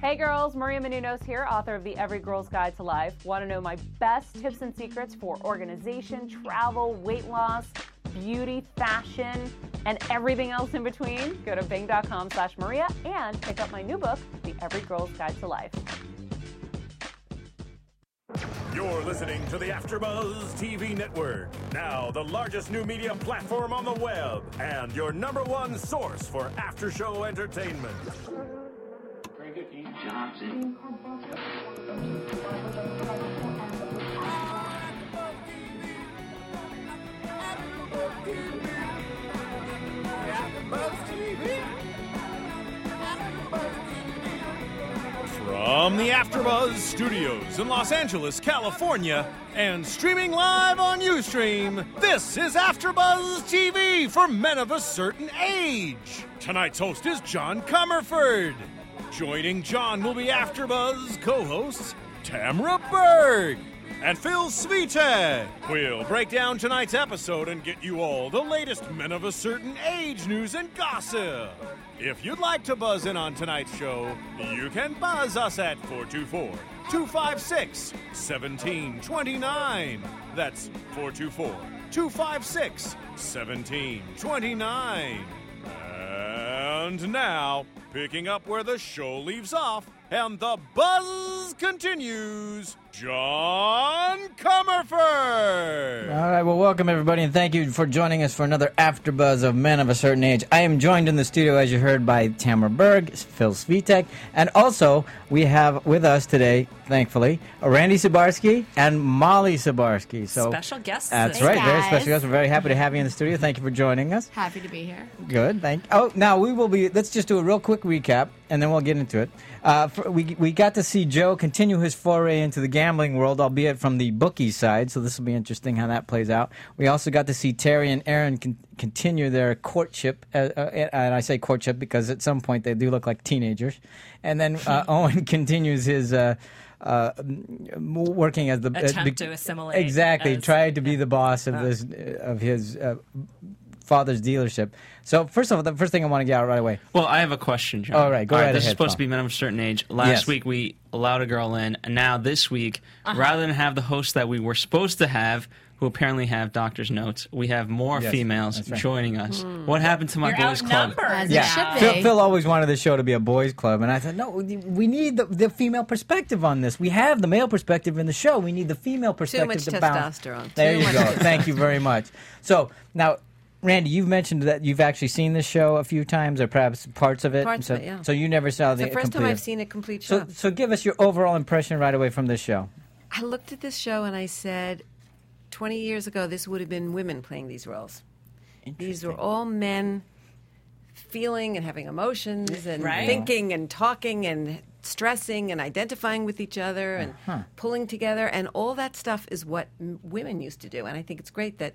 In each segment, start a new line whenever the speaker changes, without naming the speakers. Hey girls, Maria Menounos here, author of The Every Girl's Guide to Life. Want to know my best tips and secrets for organization, travel, weight loss, beauty, fashion, and everything else in between? Go to bing.com slash Maria and pick up my new book, The Every Girl's Guide to Life.
You're listening to the AfterBuzz TV Network, now the largest new media platform on the web, and your number one source for after-show entertainment.
Very good, Pete. Johnson.
From the AfterBuzz Studios in Los Angeles, California, and streaming live on UStream, this is AfterBuzz TV for men of a certain age. Tonight's host is John Comerford. Joining John will be AfterBuzz co-hosts Tamra Berg and Phil Svitek. We'll break down tonight's episode and get you all the latest men of a certain age news and gossip. If you'd like to buzz in on tonight's show, you can buzz us at 424 256 1729. That's 424 256 1729. Uh, And now, picking up where the show leaves off and the buzz continues, John Comerford.
All right, well, welcome everybody, and thank you for joining us for another AfterBuzz of Men of a Certain Age. I am joined in the studio, as you heard, by Tamara Berg, Phil Svitek, and also we have with us today, thankfully, Randy Sabarsky and Molly Sabarsky. So
Special guests.
That's
Hey,
right, very
guys.
special guests. We're very happy to have you in the studio. Thank you for joining us.
Happy to be here.
Good, thank. Oh, now we will be. Let's just do a real quick recap, and then we'll get into it. Uh, for, we we got to see Joe continue his foray into the gambling world, albeit from the bookie side. So this will be interesting how that plays out. We also got to see Terry and Aaron con- continue their courtship, uh, uh, and I say courtship because at some point they do look like teenagers. And then uh, Owen continues his. Uh, uh, m- working as the
Attempt
uh, be-
to assimilate
exactly,
as- Uh,
tried to be the boss of this of his uh, father's dealership. So first of all, the first thing I want to get out right away.
Well, I have a question, John.
All right, go right
This is
ahead,
supposed
Paul.
to be men of a certain age. Last
Yes.
week we allowed a girl in, and now this week,
Uh-huh.
rather than have the hosts that we were supposed to have, who apparently have doctor's notes, we have more
Yes,
females
that's right.
joining us. What happened to my
Hmm. You're
boys' club?
outnumbered.
As
Yeah,
it should be.
Phil, Phil always wanted the show to be a boys' club, and I said, no, we need the, the female perspective on this. We have the male perspective in the show. We need the female perspective.
much
to balance.
testosterone.
There
Too
you
much
go. Thank you very much. So now. Randy, you've mentioned that you've actually seen this show a few times, or perhaps parts of it.
Parts
so,
of it, yeah.
so you never saw
It's
the
the first time
complete-
I've seen a complete show.
So, so give us your overall impression right away from this show.
I looked at this show and I said, 20 years ago, this would have been women playing these roles. These were all men feeling and having emotions and
Right.
thinking and talking and stressing and identifying with each other and
Uh-huh.
pulling together. And all that stuff is what m- women used to do. And I think it's great that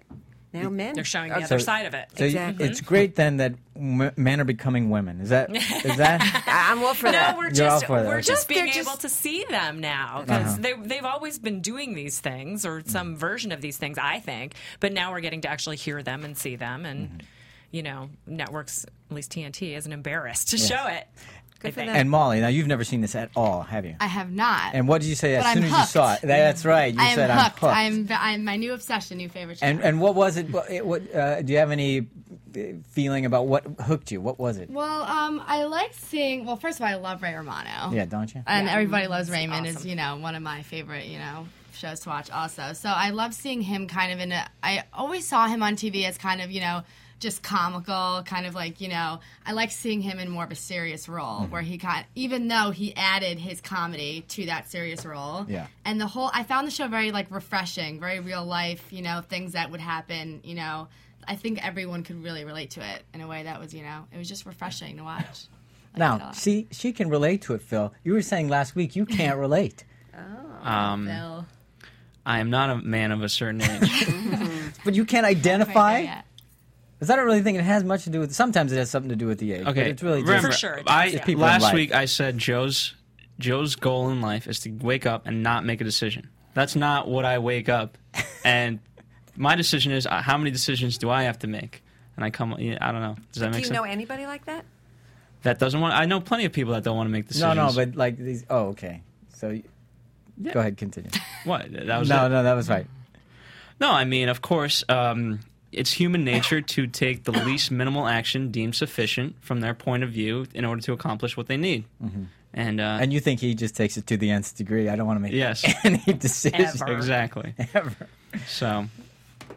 now men
They're showing
are
the other side of it.
So y-
Exactly.
it's great then that m- men are becoming women. Is that is that?
I- I'm all for
No,
that.
we're
You're all
just
for that,
we're
okay.
just being
They're just-
able to see them now because
Uh-huh.
they they've always been doing these things or some version of these things, I think. But now we're getting to actually hear them and see them, and
Mm-hmm.
you know, networks at least TNT isn't embarrassed to show it. I
for
think.
them.
and Molly, now you've never seen this at all, have you?
I have not.
and what did you say as
But
soon
I'm
as you saw it?
hooked.
That's right. You
I am
said
hooked.
I'm hooked.
I'm, I'm my new obsession, new favorite.
and
genre.
and what was it? What, it- what uh, do you have any uh, feeling about what hooked you? What was it?
well, um, I like seeing. Well, first of all, I love Ray Romano.
yeah, don't you?
and everybody loves Raymond is
awesome.
you know one of my favorite you know shows to watch also. So I love seeing him kind of in a. I always saw him on TV as kind of you know just comical, kind of like you know I like seeing him in more of a serious role
Mm-hmm.
where he got even though he added his comedy to that serious role.
Yeah.
and the whole I found the show very like refreshing, very real life. You know things that would happen. You know. I think everyone could really relate to it in a way that was, you know, it was just refreshing to watch. I liked it a
now,
lot.
see, she can relate to it, Phil. You were saying last week you can't relate. Mm-hmm.
Bill.
Um, I am not a man of a certain age.
But you can't
Right
identify?
there yet.
Because I don't really think it has much to do with Sometimes it has something to do with the age. But
Okay,
it's really
remember,
just,
For sure it does,
I
It's
people in
last
life.
week I said Joe's Joe's goal in life is to wake up and not make a decision. That's not what I wake up, and my decision is uh, how many decisions do I have to make. And I come, yeah, I don't know. Does that
Do
make
you
sense?
know anybody like that?
that doesn't want. I know plenty of people that don't want to make
No,
decisions.
no, but like these. Oh, okay. So, y- go ahead, continue.
what? That was
No,
it?
no, that was right.
No, I mean, of course, um, it's human nature to take the least minimal action deemed sufficient from their point of view in order to accomplish what they need. And, uh,
Mm-hmm. And you think he just takes it to the nth degree? I don't want to make
Yes.
any decisions.
Ever.
exactly. So,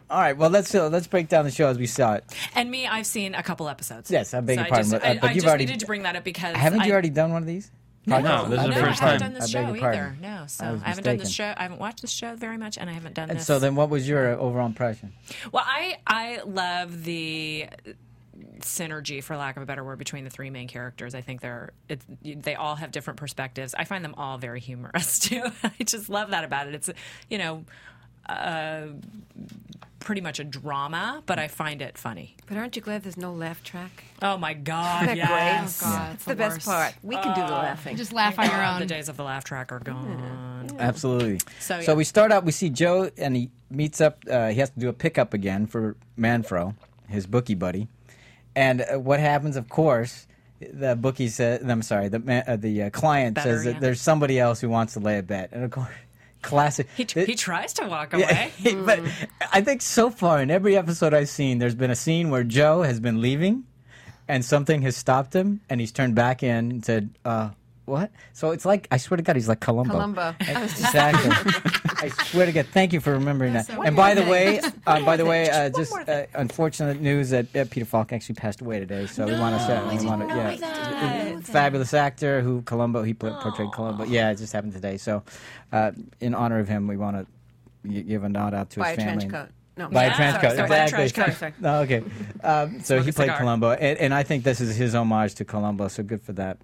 All right. Well, let's uh, let's break down the show as we saw it.
And me, I've seen a couple episodes.
Yes, I beg your
so
pardon,
I just,
but- uh,
I,
but
I
you've
just
already-
needed to bring that up because
Haven't you
I-
already done one of these?
no, this is
No,
the first
I haven't
time.
done this
I beg
show
your
either.
pardon.
No, so
I
I,
was
haven't done this
mistaken.
show. I haven't watched this show very much, and I haven't done
And
this.
so then, what was your uh, overall impression?
well, I I love the synergy, for lack of a better word, between the three main characters. I think they're it, they all have different perspectives. I find them all very humorous too. I just love that about it. It's you know. Uh, pretty much a drama, but I find it funny.
But aren't you glad there's no laugh track?
Oh my god!
Isn't that
Yes.
Oh, God,
That's
it's
the, best
worst.
part. We can do the
Uh,
laughing.
Just laugh on your
God,
own.
the days of the laugh track are gone.
Absolutely.
So,
so
yeah.
we start out. We see Joe, and he meets up. Uh, he has to do a pickup again for Manfro, his bookie buddy. And uh, what happens? Of course, the bookie says. I'm sorry. The man, uh, the uh, client
Better,
says that
yeah.
there's somebody else who wants to lay a bet. And of course, classic.
He, tr- he tries to walk away.
but I think so far in every episode I've seen, there's been a scene where Joe has been leaving, and something has stopped him, and he's turned back in and said, uh, "What?" So it's like I swear to God, he's like Columbo.
Columbo.
exactly. I swear to God, thank you for remembering that. and by the way, uh, by the way, uh, just uh, unfortunate news that uh, Peter Falk actually passed away today. So we want to say, we want to, yeah, fabulous actor who Columbo he pl- portrayed Columbo. Yeah, it just happened today. So, uh, in honor of him, we want to give a nod out to
Buy a
his family.
trench coat. No,
By a
Yeah.
trench coat,
Sorry, sorry, by a
exactly.
trench coat.
Sorry,
No, okay, um, so
Smoke
he
a
played
cigar.
Columbo, and, and I think this is his homage to Columbo. So good for that.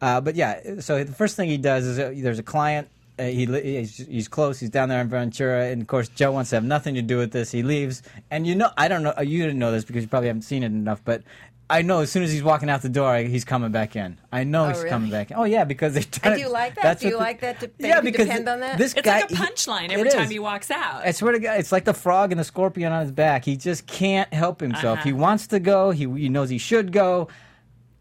Uh, but yeah, so the first thing he does is uh, there's a client. Uh, he li- he's, he's close. He's down there in Ventura, and of course Joe wants to have nothing to do with this. He leaves, and you know I don't know uh, you didn't know this because you probably haven't seen it enough, but. I know as soon as he's walking out the door, I- he's coming back in. I know he's
really?
coming back in. Oh yeah, because they.
And do you like that?
That's
Do you
what the-
like that? to- that
yeah,
you can
because
depend on that.
This
It's
guy,
like a punchline
he-
every
it
time
is.
he walks out.
I swear to God, it's like the frog and the scorpion on his back. He just can't help himself. He
Uh-huh.
wants to go. He, he knows he should go.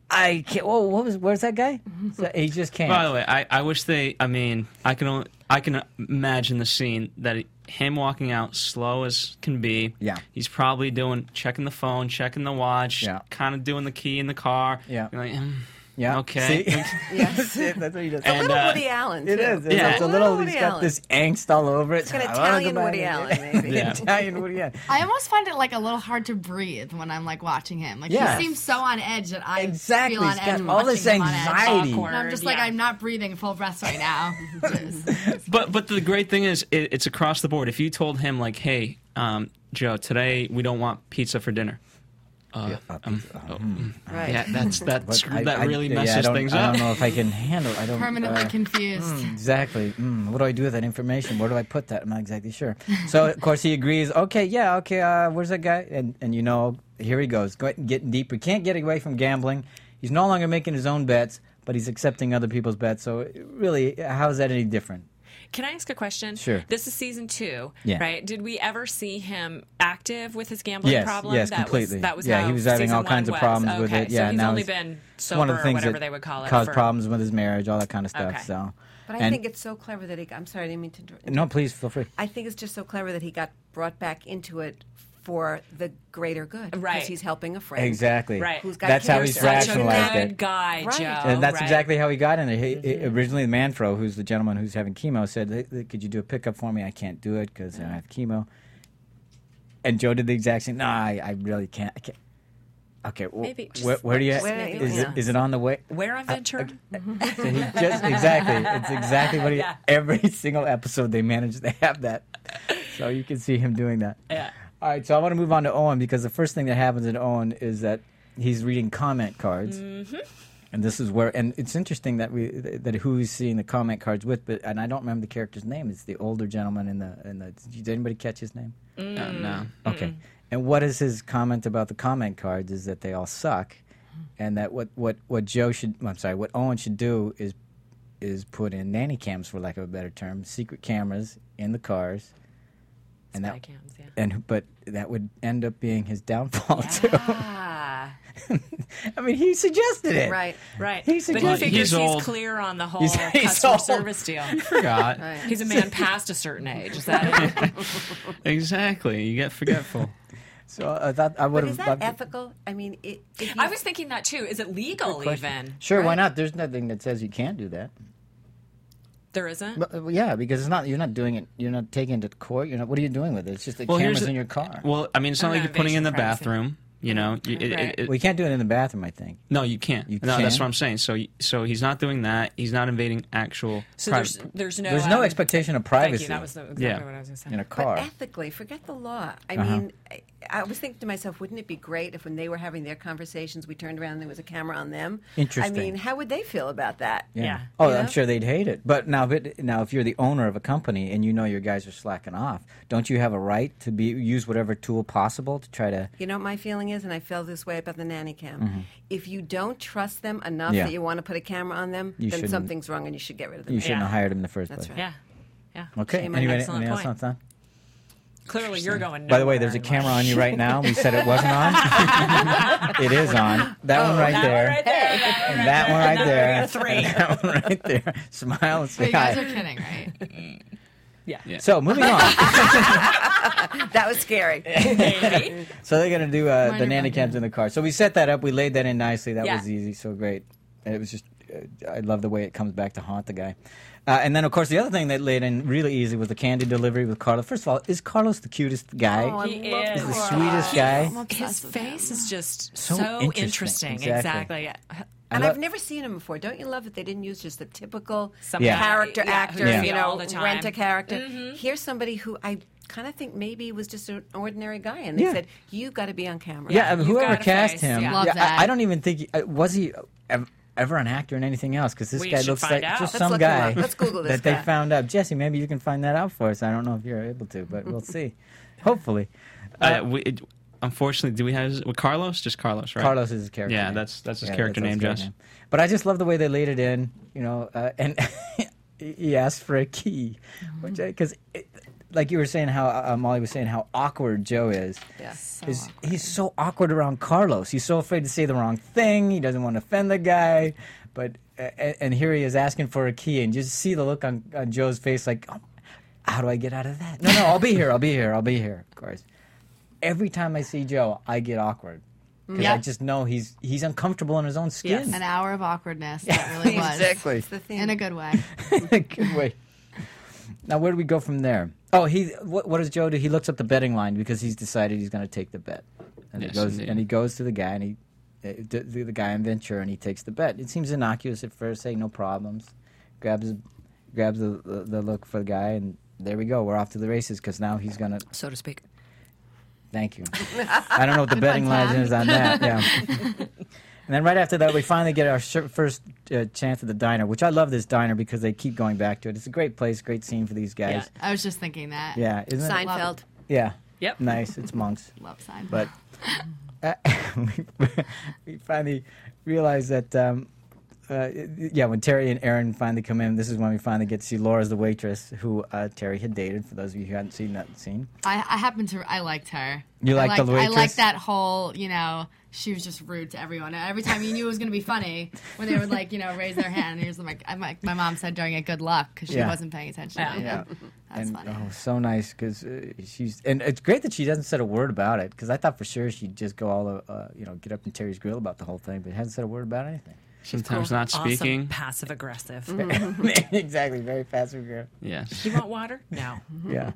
I can't. Whoa, what was? Where's that guy? So he just can't.
by the way, I, I wish they, I mean, I can only, I can imagine the scene that it- him walking out slow as can be.
Yeah.
He's probably doing, checking the phone, checking the watch,
Yeah.
kind of doing the key in the car.
Yeah.
You're Like, mm.
yeah.
Okay.
See?
Yes.
That's what he does.
And,
little
uh,
Woody Allen.
It
too.
is. It's,
Yeah.
it's a little.
Woody
He's got
Allen.
this angst all over it. It's
an Italian Woody Allen, maybe.
Yeah.
Italian Woody Allen.
I almost find it like a little hard to breathe when I'm like watching him. Like
Yeah.
he seems so on edge that I
Exactly.
feel on
He's
edge
got all this
watching him on edge.
anxiety.
Awkward.
And I'm just like
Yeah.
I'm not breathing full breaths right now.
But but the great thing is it, it's across the board. If you told him like, hey, um, Joe, today we don't want pizza for dinner. Uh, um, oh, mm.
Right.
Yeah, that's that.
uh, But
screw-
I-
that
I-
really
yeah, I
messes
don't-
things
I
up.
don't know if I can handle. I don't
Permanently
uh,
confused.
Exactly. Mm, what do I do with that information? Where do I put that? I'm not exactly sure. So of course he agrees. Okay, yeah, okay. Uh, where's that guy? And and you know, here he goes, go- getting deeper. Can't get away from gambling. He's no longer making his own bets, but he's accepting other people's bets. So really, how is that any different?
Can I ask a question?
Sure.
This is season two,
Yeah.
right? Did we ever see him active with his gambling
Yes,
problem?
yes,
that
completely.
Was, that was
Yeah,
how
he was having
season
all kinds
one
of problems
was.
with
okay.
it. Yeah,
so he's
now
only
he's-
been
It's
sober
one of the
or
things
whatever
that
they would call it.
caused
for-
problems with his marriage, all that kind of stuff.
Okay.
So,
But I
and-
think it's so clever that he. I'm sorry, I didn't mean to. inter-
no, please feel free.
I think it's just so clever that he got brought back into it for the greater good.
Right.
Because he's helping a friend.
Exactly.
Right.
Who's got
That's how he's
cancer.
Such a
rationalized it.
good guy,
Right.
Joe.
And that's
right?
exactly how he got in there. He, he- originally, the Manfro, who's the gentleman who's having chemo, said, "Hey, hey, "Could you do a pickup for me? I can't do it because I have chemo." And Joe did the exact same. No, I, I really can't. I can't. Okay, wh-
Maybe just
where, where do you?
let's
maybe
is, it,
not.
is it on the way?
Where on Ventura?
So he just exactly. It's exactly what he.
Yeah.
Every single episode, they manage to have that. So you can see him doing that.
Yeah.
All right, so I want to move on to Owen because the first thing that happens in Owen is that he's reading comment cards.
Mm-hmm.
And this is where, and it's interesting that we that who he's seeing the comment cards with, but and I don't remember the character's name. It's the older gentleman in the in the. Did anybody catch his name?
No,
Mm.
no.
Okay. And what is his comment about the comment cards is that they all suck, and that what what what Joe should I'm sorry what Owen should do is is put in nanny cams for lack of a better term, secret cameras in the cars, and that
Spy cams, yeah.
and but that would end up being his downfall too.
Ah,
I mean, he suggested it.
Right.
Right.
He
but he
suggested-
figures
He's
he's,
old.
clear on the whole
He's- he's
customer
old.
service deal.
Forgot.
He's a man past a certain age. Is that it?
Exactly. You get forgetful.
So I thought I would
But is
have.
that ethical? I mean, it, if
I
you-
was thinking that too. Is it legal even?
Sure, why
Right.
not? There's nothing that says you can't do that.
There isn't.
But, uh, yeah, because it's not. You're not doing it. You're not taking it to court. You're not. What are you doing with it? It's just the
Well, here's
cameras
the-
in your car. Well,
Well, I mean, it's not
An
like you're putting it in the
innovation privacy.
bathroom. You know, You- it-
Right.
it- it-
you can't do it in the bathroom. I think.
no, you can't.
You
no, that's
can't?
what I'm saying. So, so he's not doing that. He's not invading actual.
So
private-
there's there's no
There's no
um,
expectation of
Thank
privacy
you. That was the, exactly
Yeah.
what I was going to say.
in a
but
car. Uh-huh.
ethically, forget the law. I mean, I, I was thinking to myself, wouldn't it be great if when they were having their conversations, we turned around and there was a camera on them?
Interesting.
I mean, how would they feel about that?
Yeah.
Oh,
You
I'm
know?
sure they'd hate it. But now, if it, now, if you're the owner of a company and you know your guys are slacking off, don't you have a right to be use whatever tool possible to try to?
You know what my feeling is, and I felt this way about the nanny cam. If you don't trust them enough
Mm-hmm. Yeah.
that you want to put a camera on them,
You
then
shouldn't-
something's wrong, and you should get rid of them.
You shouldn't have hired him in the first
That's
place.
right.
Yeah. Yeah.
Okay.
Shame on
Anyway,
excellent
anything else on
point.
that?
Clearly, you're going.
By the way,
nowhere
there's a
in
camera
life.
on you right now. We said it wasn't on. it is on. That one right
That
there.
one right there. That one right
And that one right there.
Now we're gonna three.
And that one right there. Smile and
But
say
you guys are
hi.
kidding, right?
So moving on.
That was scary.
so they're gonna do uh, the
Minor
nanny cams in the car. So we set that up. We laid that in nicely. That
Yeah.
was easy. So great. And it was just. Uh, I love the way it comes back to haunt the guy. Uh, and then, of course, the other thing that laid in really easy was the candy delivery with Carlos. First of all, is Carlos the cutest guy?
Oh, I
He
love
is.
He's the
Carlos.
sweetest guy.
His face is just
So
so,
interesting.
interesting.
Exactly.
Exactly.
Oh, And
lo-
I've never seen him before. Don't you love that they didn't use just the typical
Some
Yeah.
guy,
character
yeah,
actor,
who's
you
seen
know,
all the time. Mm-hmm.
rent a character? Here's somebody who I kind of think maybe was just an ordinary guy, and they
Yeah.
said, "You got to be on camera."
Yeah, I mean,
You've
whoever
got a
cast
face,
him.
yeah.
Love
yeah,
that.
I, I don't even think he, uh, was he ev- ever an actor in anything else because this
We
guy
should
looks like
find out.
just
Let's
some
look him
guy
up. Let's Google this
that they
guy.
found out. Jesse, maybe you can find that out for us. I don't know if you're able to, but we'll see. Hopefully,
Uh, we, it, unfortunately, do we have his- with Carlos? Just Carlos, right?
Carlos is his character.
Yeah,
name.
that's that's his
Yeah,
character
that's
name,
his
Jess.
character name. But I just love the way they laid it in. You know, uh, and he asked for a key, which because. Like you were saying, how uh, Molly was saying how awkward Joe is.
Yes.
Is- he's so awkward around Carlos. He's so afraid to say the wrong thing. He doesn't want to offend the guy. But uh, and, and here he is asking for a key, and just see the look on, on Joe's face, like, oh, how do I get out of that? No, no, I'll be here. I'll be here. I'll be here. Of course. Every time I see Joe, I get awkward because
Yeah.
I just know he's he's uncomfortable in his own skin.
An hour of awkwardness. That really was.
exactly.
It's the theme.
In a good way.
Good way. Now, where do we go from there? Oh, he. What, what does Joe do? He looks up the betting line because he's decided he's going to take the bet, and
Yes,
he goes
indeed.
and he goes to the guy and he, uh, the, the guy in Ventura, and he takes the bet. It seems innocuous at first. Hey, no problems. Grabs, grabs the, the, the look for the guy, and there we go. We're off to the races because now he's going to
so to speak.
Thank you. I don't know what the betting
one,
line
Tom.
is on that. Yeah. and then right after that, we finally get our shir- first uh, chance at the diner, which I love this diner because they keep going back to it. It's a great place, great scene for these guys.
I was just thinking that.
Yeah, isn't it?
Seinfeld.
Yeah.
Yep.
Nice. It's monks.
Love sign.
But uh, we, we finally realize that. Um, uh, yeah, when Terry and Aaron finally come in, this is when we finally get to see Laura as the waitress, who uh, Terry had dated. For those of you who hadn't seen that scene,
I, I happen to. I liked her.
You
I
liked the
I
waitress?
liked that whole. You know, she was just rude to everyone. Every time you knew it was going to be funny, when they would like, you know, raise their hand, and here's like, I'm like, my mom said during it, good luck, because she
Yeah.
wasn't paying attention.
Yeah.
Yeah.
That's
and,
funny.
Oh, so nice because uh, she's and it's great that she doesn't said a word about it because I thought for sure she'd just go all uh, uh, you know get up in Terry's grill about the whole thing, but hasn't said a word about anything.
Sometimes not
Awesome,
speaking.
passive aggressive.
Mm-hmm.
exactly, very fast girl.
Yes.
You want water? No.
Yeah.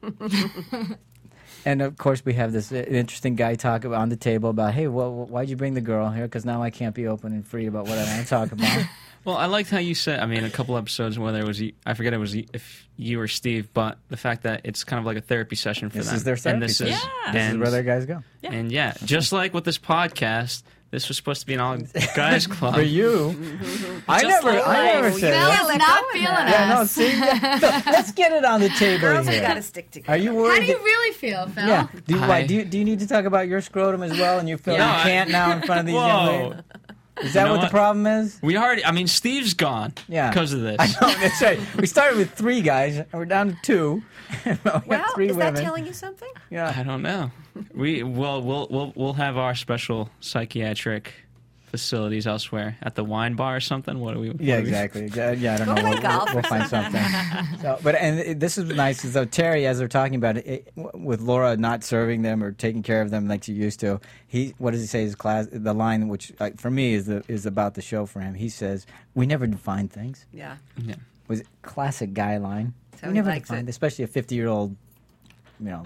and of course, we have this uh, interesting guy talk about, on the table about, hey, well, why'd you bring the girl here? Because now I can't be open and free about what I want to talk about.
Well, I liked how you said. I mean, a couple episodes whether it was you- I forget it was you- if you or Steve, but the fact that it's kind of like a therapy session for
This
them.
is their
and
therapy
this
session.
is
Yeah.
and,
This
This is where their guys go.
and yeah, just like with this podcast, this was supposed to be an all guys club.
For you, I
Just
never,
like
I never
life.
said.
Mel
that.
is
let
not
go of
feeling
that.
Yeah, no,
us.
see, Look, let's get it on the table
Girls
here.
have got to stick together.
Are you
How
worried?
do you really feel, Phil?
Yeah. Do you, why,
I-
do you do you need to talk about your scrotum as well? And you feel
No,
you
I-
can't now in front of these young
Whoa.
ladies. Is that
know
what, the
what?
problem is?
We already. I mean, Steve's gone.
Yeah.
Because of this.
I know. That's right. We started with three guys, and we're down to two. we got
Well,
three
is
women.
that telling you something?
yeah.
I don't know. We well, we'll we'll we'll have our special psychiatric facilities elsewhere at the wine bar or something. What do we? what
Yeah,
do we-
exactly. Yeah, yeah, I don't know.
play
We'll,
golf
we'll- we'll find something. So, but and it- this is nice. is Though Terry, as they're talking about it, it, w- with Laura not serving them or taking care of them like she used to, he what does he say? His class, the line which like, for me is the is about the show for him. He says, "We never define things."
Yeah.
Yeah.
Was it classic guy line.
So
we
he
never
likes
defined,
it.
especially a fifty-year-old. You know,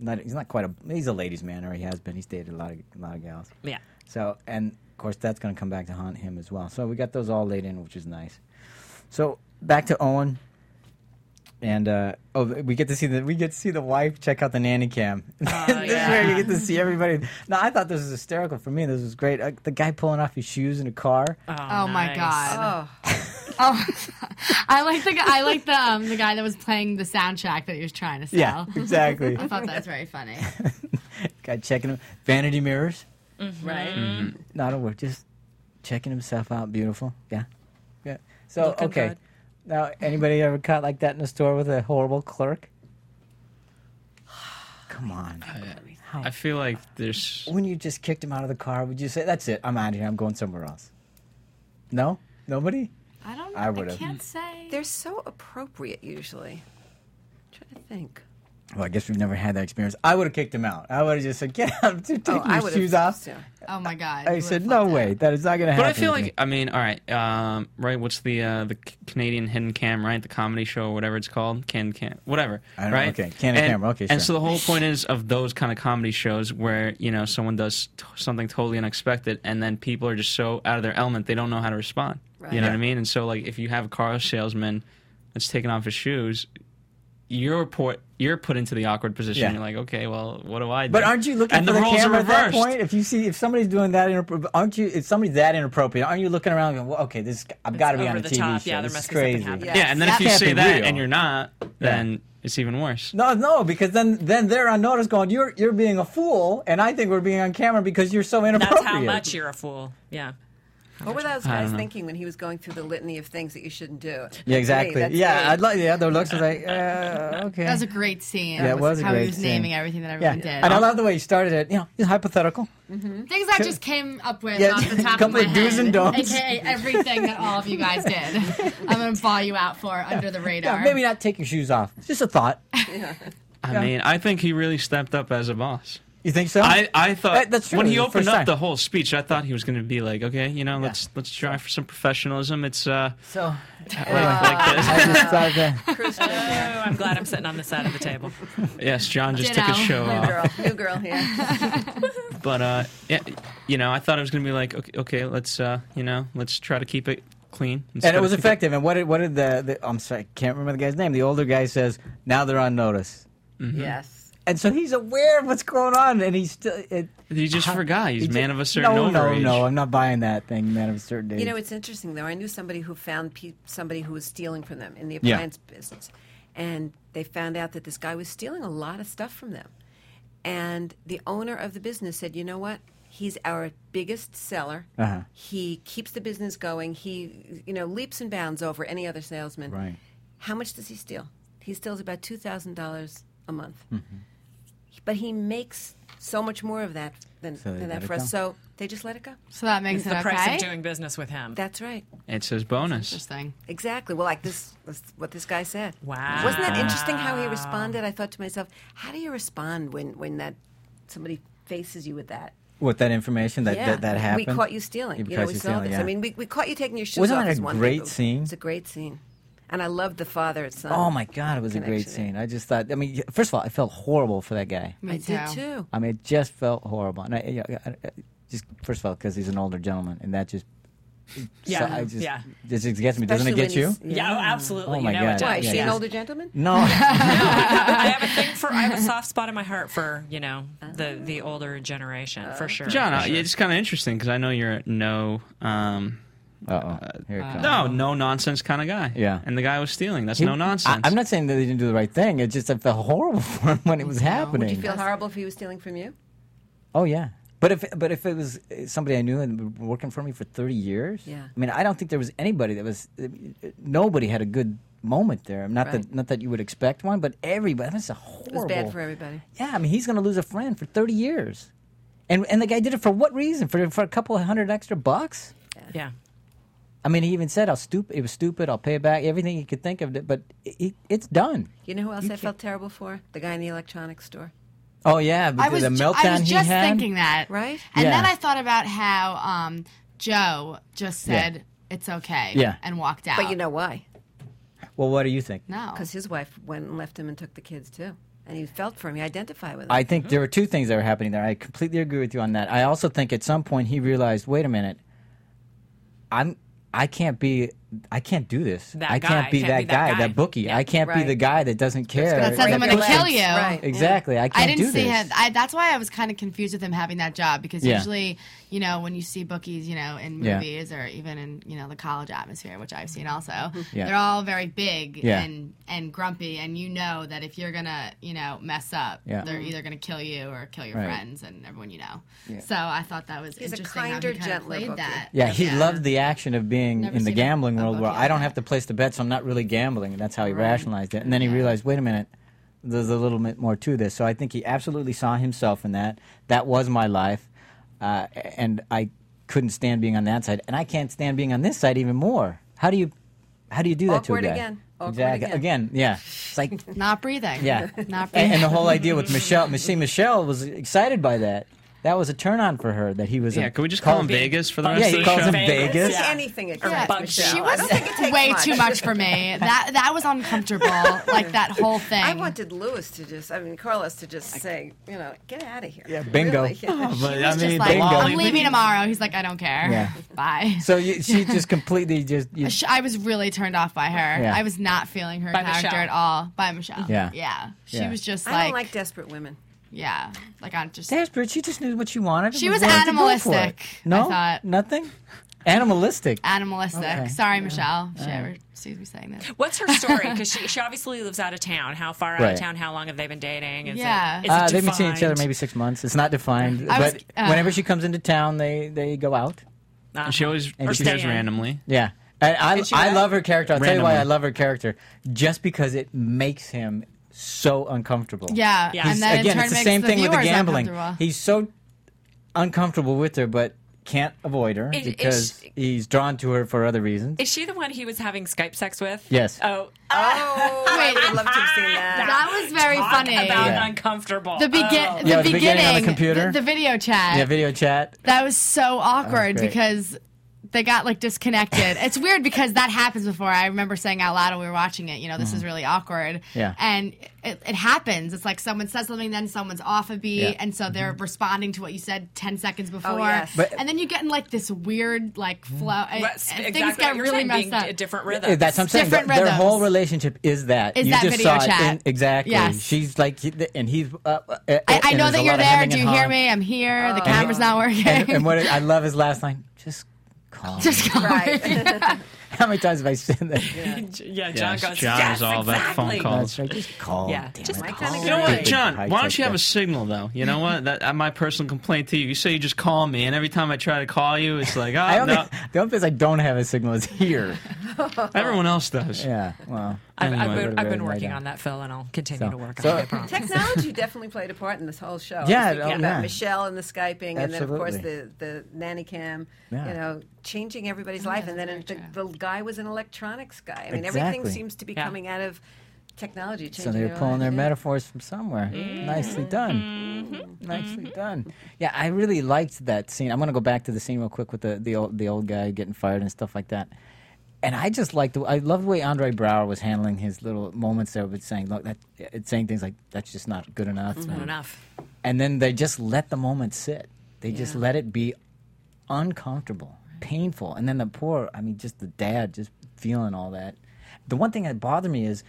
not, he's not quite a he's a ladies' man, or he has been. He's dated a lot of a lot of gals.
Yeah.
So, and of course, that's going to come back to haunt him as well. So we got those all laid in, which is nice. So back to Owen, and uh, oh, we get to see the we get to see the wife check out the nanny cam.
Oh,
this is where you get to see everybody. No, I thought this was hysterical for me. This was great. Uh, the guy pulling off his shoes in a car.
Uh.
Oh my
nice.
god.
Oh,
Oh, I like the guy, I like the um, the guy that was playing the soundtrack that he was trying to sell.
yeah, exactly.
I thought that was very funny.
guy checking him. Vanity mirrors.
Mm-hmm.
right?
Mm-hmm. not a word, just checking himself out. Beautiful. Yeah. Yeah. So
Looking
okay.
good.
Now, anybody ever caught like that in a store with a horrible clerk? Come on.
I feel like there's
When you just kicked him out of the car, would you say, "That's it, I'm out of here, I'm going somewhere else"? No, nobody.
I don't
I
I,
would've.
can't say.
they're so appropriate usually. I'm trying to think.
Well, I guess we've never had that experience. I would have kicked him out. I would have just said, "Get out, take
Oh, I
your
would
shoes off."
Yeah.
Oh my god. you
I
would've
said,
flipped
"No
out.
way, that is not going to happen."
But I feel
with me."
like I mean, all right, um, right? What's the uh, the C- Canadian hidden cam, right? The comedy show or whatever it's called, can can whatever,
I don't know,
right?
okay, Can and Camera, okay,
And
sure.
so the whole point is of those kind of comedy shows where you know someone does t- something totally unexpected, and then people are just so out of their element they don't know how to respond.
Right.
You know what
Yeah.
I mean? And so like if you have a car salesman that's taking off his shoes. You're put you're put into the awkward position.
Yeah.
You're like, okay, well, what do I do?
But aren't you looking
and
for
the,
the,
roles
camera
are
at that
reversed.
point? If you see if somebody's doing that, inappro- aren't you? If somebody's that inappropriate, aren't you looking around? Going, well, okay, this I've got to be
over
on a
the
TV
top.
show.
Yeah, there
this
must
is
be something
crazy.
happening.
Yeah, and then
That
if you
can't be
say that
real.
and you're not, then it's even worse.
No, no, because then then they're on notice going, you're you're being a fool, and I think we're being on camera because you're so inappropriate.
That's how much you're a fool. Yeah.
What were those
don't
guys
know.
thinking when he was going through the litany of things that you shouldn't do?
Yeah, exactly.
Hey, that's
yeah,
me.
I'd like. Yeah, their looks are like, uh, okay.
That was a great scene.
Yeah, it was a
how
great
he was
scene.
naming everything that
yeah,
everyone did.
and I love the way you started it. You know, it's hypothetical.
Things I just came up with
Yeah,
off the top
couple
of
of
my
do's
head,
and don'ts.
aka everything that all of you guys did. I'm gonna ball you out for under the radar.
Yeah, maybe not take your shoes off. It's just a thought.
I mean, I think he really stepped up as a boss.
You think so?
I, I thought
Oh. That- that's true.
when
It
he
was the
opened
first
up
time.
the whole speech, I thought he was going to be like, okay, you know, let's let's try for some professionalism. It's uh,
so.
like this.
I just thought that.
Cruise ship, yeah.
Oh, I'm glad I'm sitting on this side of the table.
yes, John just took
Ditto.
his show
New
off,
girl, new girl here.
Mm-hmm.
but uh, yeah, you know, I thought it was going to be like, okay, okay, let's uh, you know, let's try to keep it clean. Let's
and
try
it
to
was
keep
effective. And what did what did the, the I'm sorry, I can't remember the guy's name. The older guy says now they're on notice,
Yes.
and so he's aware of what's going on, and he's still. It,
He just forgot. He's
he
man
ju-
of a certain
no, no,
overage.
no. I'm not buying that thing, man of a certain age.
You know, it's interesting though. I knew somebody who found pe- somebody who was stealing from them in the
Yeah.
appliance business, and they found out that this guy was stealing a lot of stuff from them. And the owner of the business said, "You know what? He's our biggest seller.
Uh-huh.
He keeps the business going. He, you know, leaps and bounds over any other salesman.
Right.
How much does he steal? He steals about two thousand dollars a month,
Mm-hmm.
but he makes so much more of that than,
So they
than
let
that
it
for us.
go.
So they just let it go.
So that makes it
The
okay.
price of doing business with him.
That's right."
It's his bonus.
Interesting.
Exactly. Well, like this, this what this guy said.
Wow.
Wasn't that interesting how he responded? I thought to myself, how do you respond when when that somebody faces you with that?
with that information that that, that happened.
We caught you stealing. You know,
Because
we
you're
saw
stealing,
this.
yeah.
I mean, we, we caught you taking your shoes
Wasn't
off.
that a
is one thing,
great
but
scene?
It's a great scene, and I loved the father and son.
Oh my god, it was a great
Connection.
scene. I just thought. I mean, first of all, I felt horrible for that guy.
Me
I did too.
I mean, it just felt horrible. And I, you know, I- I- just first of all, because he's an older gentleman, and that just
Yeah,
so I just,
yeah.
this just gets me. Doesn't it
Especially
get
when
you?
he's-
yeah, oh, absolutely.
Oh, my
you know
God.
it
Why?
does.
Is
Yeah.
she an
Yeah.
older gentleman?
No.
I have a thing for. I have a soft spot in my heart for you know the the older generation for sure.
John,
for
uh,
sure.
it's kind of interesting because I know you're no. Um,
Uh oh. Here it comes.
No, no nonsense kind of guy.
Yeah.
And the guy was stealing. That's
He-
no nonsense.
I, am not saying that they didn't do the right thing. It just I felt horrible for him when it was happening.
Would you feel horrible if he was stealing from you?
oh yeah, but if but if it was uh, somebody I knew and been working for me for 30 years,
Yeah.
I mean I don't think there was anybody that was uh, nobody had a good moment there. Not that
Right.
not that you would expect one, but everybody. That's a horrible.
It was bad for everybody.
Yeah, I mean he's going to lose a friend for 30 years. And and the guy did it for what reason? For for a couple hundred extra bucks?
Yeah.
I mean, he even said, "I'll stupid. It was stupid. I'll pay it back." Everything he could think of, but it, it's done.
You know who else I felt terrible for? The guy in the electronics store.
Oh yeah, but
I was,
the
ju-
meltdown
I was
he
just
had.
thinking that.
Right?
And then
Yeah.
I thought about how um, Joe just said, it's okay.
Yeah.
And walked out.
But you know why?
Well, what do you think?
no.
Because Oh. his wife went and left him and took the kids too, and he felt for him. He identified with him.
I think there were two things that were happening there. I completely agree with you on that. I also think at some point he realized, wait a minute, I'm I can't be I can't do this.
That
I can't
guy.
be,
Can't
that,
be that
guy,
guy.
that bookie.
Yeah,
I can't be
right.
the guy that doesn't care.
That says I'm
break
going to
your
kill
legs.
you.
Right.
exactly. I can't
I didn't
do
see
this.
him. I, that's why I was kind of confused with him having that job because
Yeah.
usually, you know, when you see bookies, you know, in
Yeah.
movies or even in you know the college atmosphere, which I've seen also,
Yeah.
they're all very big
Yeah.
and and grumpy, and you know that if you're gonna you know mess up,
Yeah.
they're either gonna kill you or kill your
Right.
friends and everyone you know. So I thought that was
He's a
interesting. how he
kinder,
kind of
gentler
played
bookie.
that.
Yeah, he loved the action of being
Never
in the
seen a-
gambling
a
world where
bookie
I don't
like
have to place the bet, so I'm not really gambling. And that's how he rationalized it. And then he realized, wait a minute, there's a little bit more to this. So I think he absolutely saw himself in that. That was my life. Uh, and I couldn't stand being on that side. And I can't stand being on this side even more. How do you. How do you do that
Awkward
to a guy?
again. Awkward
Exactly.
again.
Again, yeah. It's like
Not breathing.
yeah.
Not breathing.
and, and the whole idea with Michelle, see, Michelle was excited by that. That was a turn on for her that he was.
Yeah,
a,
can we just call him
called-
Vegas for the
Yeah,
rest
he
of the
calls
show?
him Vegas.
Just anything it
Yeah,
takes, Michelle.
She
I
was
don't think it takes
way
much.
too much for me. That that was uncomfortable. like that whole thing.
I wanted Lewis to just, I mean, Carlos to just say, you know, get out of here. Yeah,
bingo.
Really.
Oh,
Yeah.
But,
He's just like, I'm leaving tomorrow. He's like, I don't care.
Yeah.
Bye.
So you, she just completely just you,
Sh- I was really turned off by her.
Yeah.
I was not feeling her
By
character
Michelle.
at all. By Michelle.
Yeah.
Yeah. She
Yeah.
was just
I
like,
don't like desperate women.
yeah. Like I'm just
desperate. She just knew what she wanted.
She
and
was
wanted to go for it.
animalistic, I
No,
thought.
nothing. Animalistic.
animalistic.
Okay.
Sorry, Michelle. If She ever sees me saying that.
What's her story? Because she, she obviously lives out of town. How far out
Right.
of town? How long have they been dating? Is it-
Yeah.
is it
Uh, they've been seeing each other
defined?
maybe six months. It's not defined,
I was-
but
uh,
whenever she comes into town, they they go out.
Uh-huh.
And she always
Or
appears
Stan.
randomly.
Yeah. And I,
she
I
laugh?
love her character. I'll tell you why I
Randomly.
love her character. Just because it makes him so uncomfortable.
Yeah.
Yeah.
And
He's-
then in
again,
turn
it's the
makes
same
the
thing with the
viewers
gambling.
uncomfortable.
He's so uncomfortable with her, but can't avoid her
Is- is
because
she-
he's drawn to her for other reasons.
Is she the one he was having Skype sex with?
Yes.
Oh,
Oh, I would have loved to have seen that.
that was very
talk
funny.
about
Yeah.
uncomfortable.
The, begin-
Oh.
the,
Yeah, the
beginning,
beginning on the computer.
the, the video chat.
yeah, video chat.
That was so awkward
great.
because they got like disconnected. it's weird because that happens before. I remember saying out loud when we were watching it, you know, this is really awkward.
Mm-hmm. Yeah.
And it, it happens. It's like someone says something, then someone's off a beat,
Yeah. Mm-hmm.
and so they're responding to what you said ten seconds
Oh,
before.
yes.
But- Mm-hmm.
and then you get in like this weird like flow. and-
What-
and
exactly
things
what
get
you're
really
saying,
messed
being
up.
a different rhythm.
Yeah, That's what I'm saying.
Different
Their, their whole
rhythms.
relationship is that.
Is
you
that
just
video
saw
chat.
It in, exactly.
Yes.
She's like, he- th- and he's. Uh, uh,
I, I
and
know
there's a
that you're
lot of
there.
hemming
Do
and
you hear
hawing.
me? I'm here.
Uh-huh.
The
he-
camera's not working.
And, and what I love his last line. Just call. me.
Just go.
Right.
How many times have I said that?
yeah, John
Yes,
goes.
John
yes,
is all about
exactly.
phone calls.
That's right. Just call.
Yeah,
damn
just
it.
call.
You
You know what,
Stupid
John?
high
Why
tech
don't you have a
guy.
signal though? You know what? That, uh, my personal complaint to you. You say you just call me, and every time I try to call you, it's like,
I
oh
only,
no,
The only place I don't have a signal is here.
everyone else does.
Yeah. Well.
I've, I've
Anyway,
would've
been, I've been
been right
working
on.
on that, Phil, and I'll continue
So-
to work
so-
on it. I promise.
Technology definitely played a part in this whole show. I was
Yeah,
thinking
oh,
about
yeah.
Michelle and the skyping, and then of course
Absolutely.
the, the nanny cam.
Yeah.
You know, changing everybody's
Oh,
life, and then the, the guy was an electronics guy. I mean, everything
Exactly.
seems to be
Yeah.
coming out of technology. Changing
So they're
your
pulling
life,
their
yeah.
metaphors from somewhere.
Mm-hmm.
Nicely done. Nicely done. Yeah, I really liked that scene. I'm going to go back to the scene real quick with the the old, the old guy getting fired and stuff like that. And I just liked the I love the way Andre Brower was handling his little moments there with saying, "Look, that," it's saying things like, "That's just not good enough."
Not enough.
and then they just let the moment sit. They just let it be uncomfortable, painful, and then the poor. I mean, just the dad just feeling all that. The one thing that bothered me is